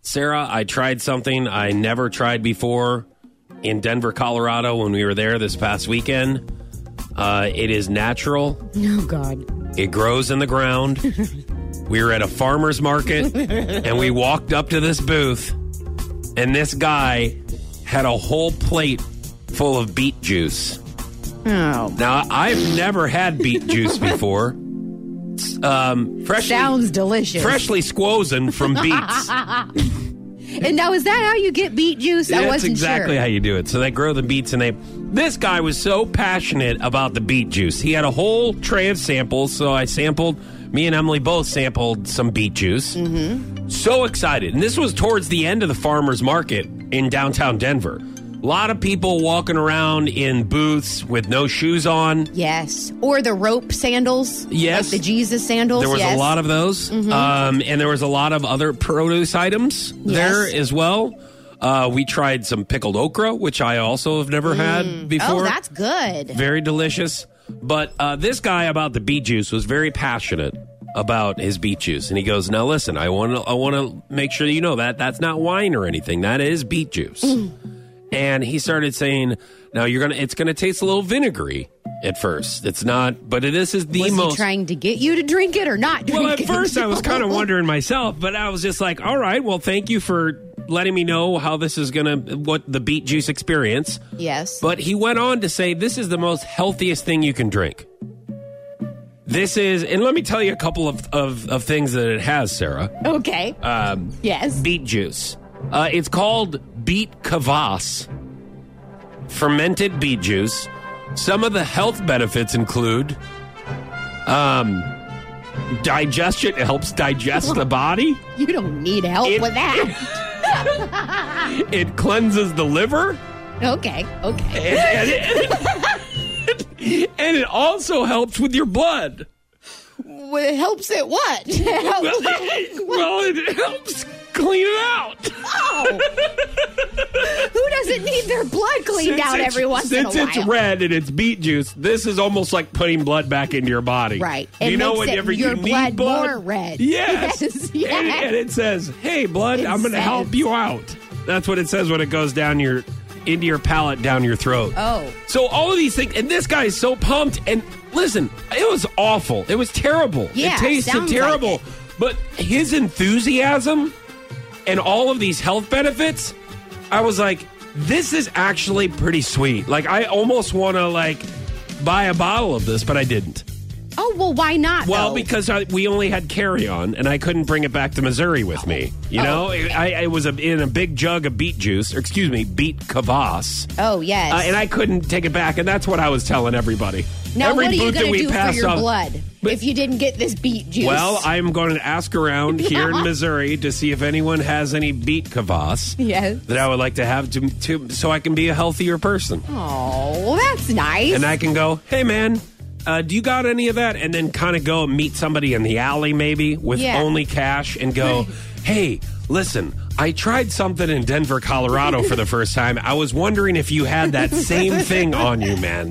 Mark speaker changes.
Speaker 1: Sarah, I tried something I never tried before in Denver, Colorado when we were there this past weekend. Uh, it is natural.
Speaker 2: Oh, God.
Speaker 1: It grows in the ground. we were at a farmer's market and we walked up to this booth, and this guy had a whole plate full of beet juice.
Speaker 2: Oh.
Speaker 1: Now, I've never had beet juice before. It's, Um, freshly,
Speaker 2: Sounds delicious.
Speaker 1: freshly squozen from beets.
Speaker 2: And now, is that how you get beet juice? I
Speaker 1: That's
Speaker 2: wasn't
Speaker 1: exactly
Speaker 2: sure.
Speaker 1: how you do it. So they grow the beets, and they. This guy was so passionate about the beet juice. He had a whole tray of samples. So I sampled. Me and Emily both sampled some beet juice. Mm-hmm. So excited! And this was towards the end of the farmers market in downtown Denver. A lot of people walking around in booths with no shoes on.
Speaker 2: Yes. Or the rope sandals.
Speaker 1: Yes.
Speaker 2: Like the Jesus sandals.
Speaker 1: There was
Speaker 2: yes. Mm-hmm.
Speaker 1: a lot of those, um, and there was a lot of other produce items there
Speaker 2: Yes.
Speaker 1: as well. Uh, we tried some pickled okra, which I also have never had before.
Speaker 2: Oh, that's good.
Speaker 1: very delicious. But uh, this guy about the beet juice was very passionate about his beet juice, and he goes, "Now listen, I want to, I want to make sure you know that that's not wine or anything. That is beet juice." and he started saying, "Now you're gonna, it's gonna taste a little vinegary at first. It's not, but it- this is the
Speaker 2: Was
Speaker 1: most."
Speaker 2: he trying to get you to drink it or not drink
Speaker 1: Well, at
Speaker 2: it?
Speaker 1: first I was kind of wondering myself, but I was just like, all right, well, thank you for letting me know how this is going to, what the beet juice experience.
Speaker 2: Yes.
Speaker 1: But he went on to say, this is the most healthiest thing you can drink. This is, and let me tell you a couple of, of, of things that it has, Sarah.
Speaker 2: okay.
Speaker 1: Um,
Speaker 2: yes.
Speaker 1: beet juice. Uh, it's called beet kvass, fermented beet juice. Some of the health benefits include um, digestion. It helps digest the body.
Speaker 2: You don't need help
Speaker 1: It-
Speaker 2: with that.
Speaker 1: It cleanses the liver,
Speaker 2: okay. Okay.
Speaker 1: and, and it, and it also helps with your blood.
Speaker 2: Well, it helps it what?
Speaker 1: Well, well, it helps clean it out.
Speaker 2: Who doesn't need their blood cleaned out
Speaker 1: it's-
Speaker 2: every once in a
Speaker 1: since
Speaker 2: while?
Speaker 1: it's red and it's beet juice, this is almost like putting blood back into your body.
Speaker 2: Right.
Speaker 1: you
Speaker 2: It
Speaker 1: know,
Speaker 2: makes it
Speaker 1: whenever
Speaker 2: your
Speaker 1: you
Speaker 2: blood
Speaker 1: need blood,
Speaker 2: more red.
Speaker 1: Yes.
Speaker 2: Yes,
Speaker 1: And, it-
Speaker 2: yes.
Speaker 1: and it says, "Hey, blood,
Speaker 2: It
Speaker 1: I'm going to
Speaker 2: says-
Speaker 1: help you out." That's what it says when it goes down your into your palate, down your throat.
Speaker 2: Oh.
Speaker 1: So all of these things, and this guy is so pumped. And listen, it was awful. It was terrible.
Speaker 2: Yeah,
Speaker 1: it tasted
Speaker 2: sounds like
Speaker 1: terrible.
Speaker 2: it.
Speaker 1: But his enthusiasm and all of these health benefits, I was like, this is actually pretty sweet. Like I almost want to like buy a bottle of this, but I didn't.
Speaker 2: Oh well, why not?
Speaker 1: Well,
Speaker 2: though?
Speaker 1: because I, we only had carry on, and I couldn't bring it back to Missouri with me.
Speaker 2: Oh.
Speaker 1: You know, I, I was a, in a big jug of beet juice, or excuse me, beet kvass,
Speaker 2: oh yes.
Speaker 1: uh, and I couldn't take it back. And that's what I was telling everybody.
Speaker 2: now
Speaker 1: Every
Speaker 2: what are you
Speaker 1: booth that
Speaker 2: going to
Speaker 1: we
Speaker 2: do for
Speaker 1: passed
Speaker 2: your
Speaker 1: up-
Speaker 2: blood
Speaker 1: But-
Speaker 2: if you didn't get this beet juice?
Speaker 1: Well, I'm going to ask around here in Missouri to see if anyone has any beet kvass
Speaker 2: yes.
Speaker 1: that I would like to have to, to so I can be a healthier person.
Speaker 2: Oh, well, that's nice.
Speaker 1: And I can go, hey man, uh, do you got any of that? And then kind of go meet somebody in the alley maybe with
Speaker 2: Yeah.
Speaker 1: only cash and go, hey, listen, I tried something in Denver, Colorado for the first time. I was wondering if you had that same thing on you, man.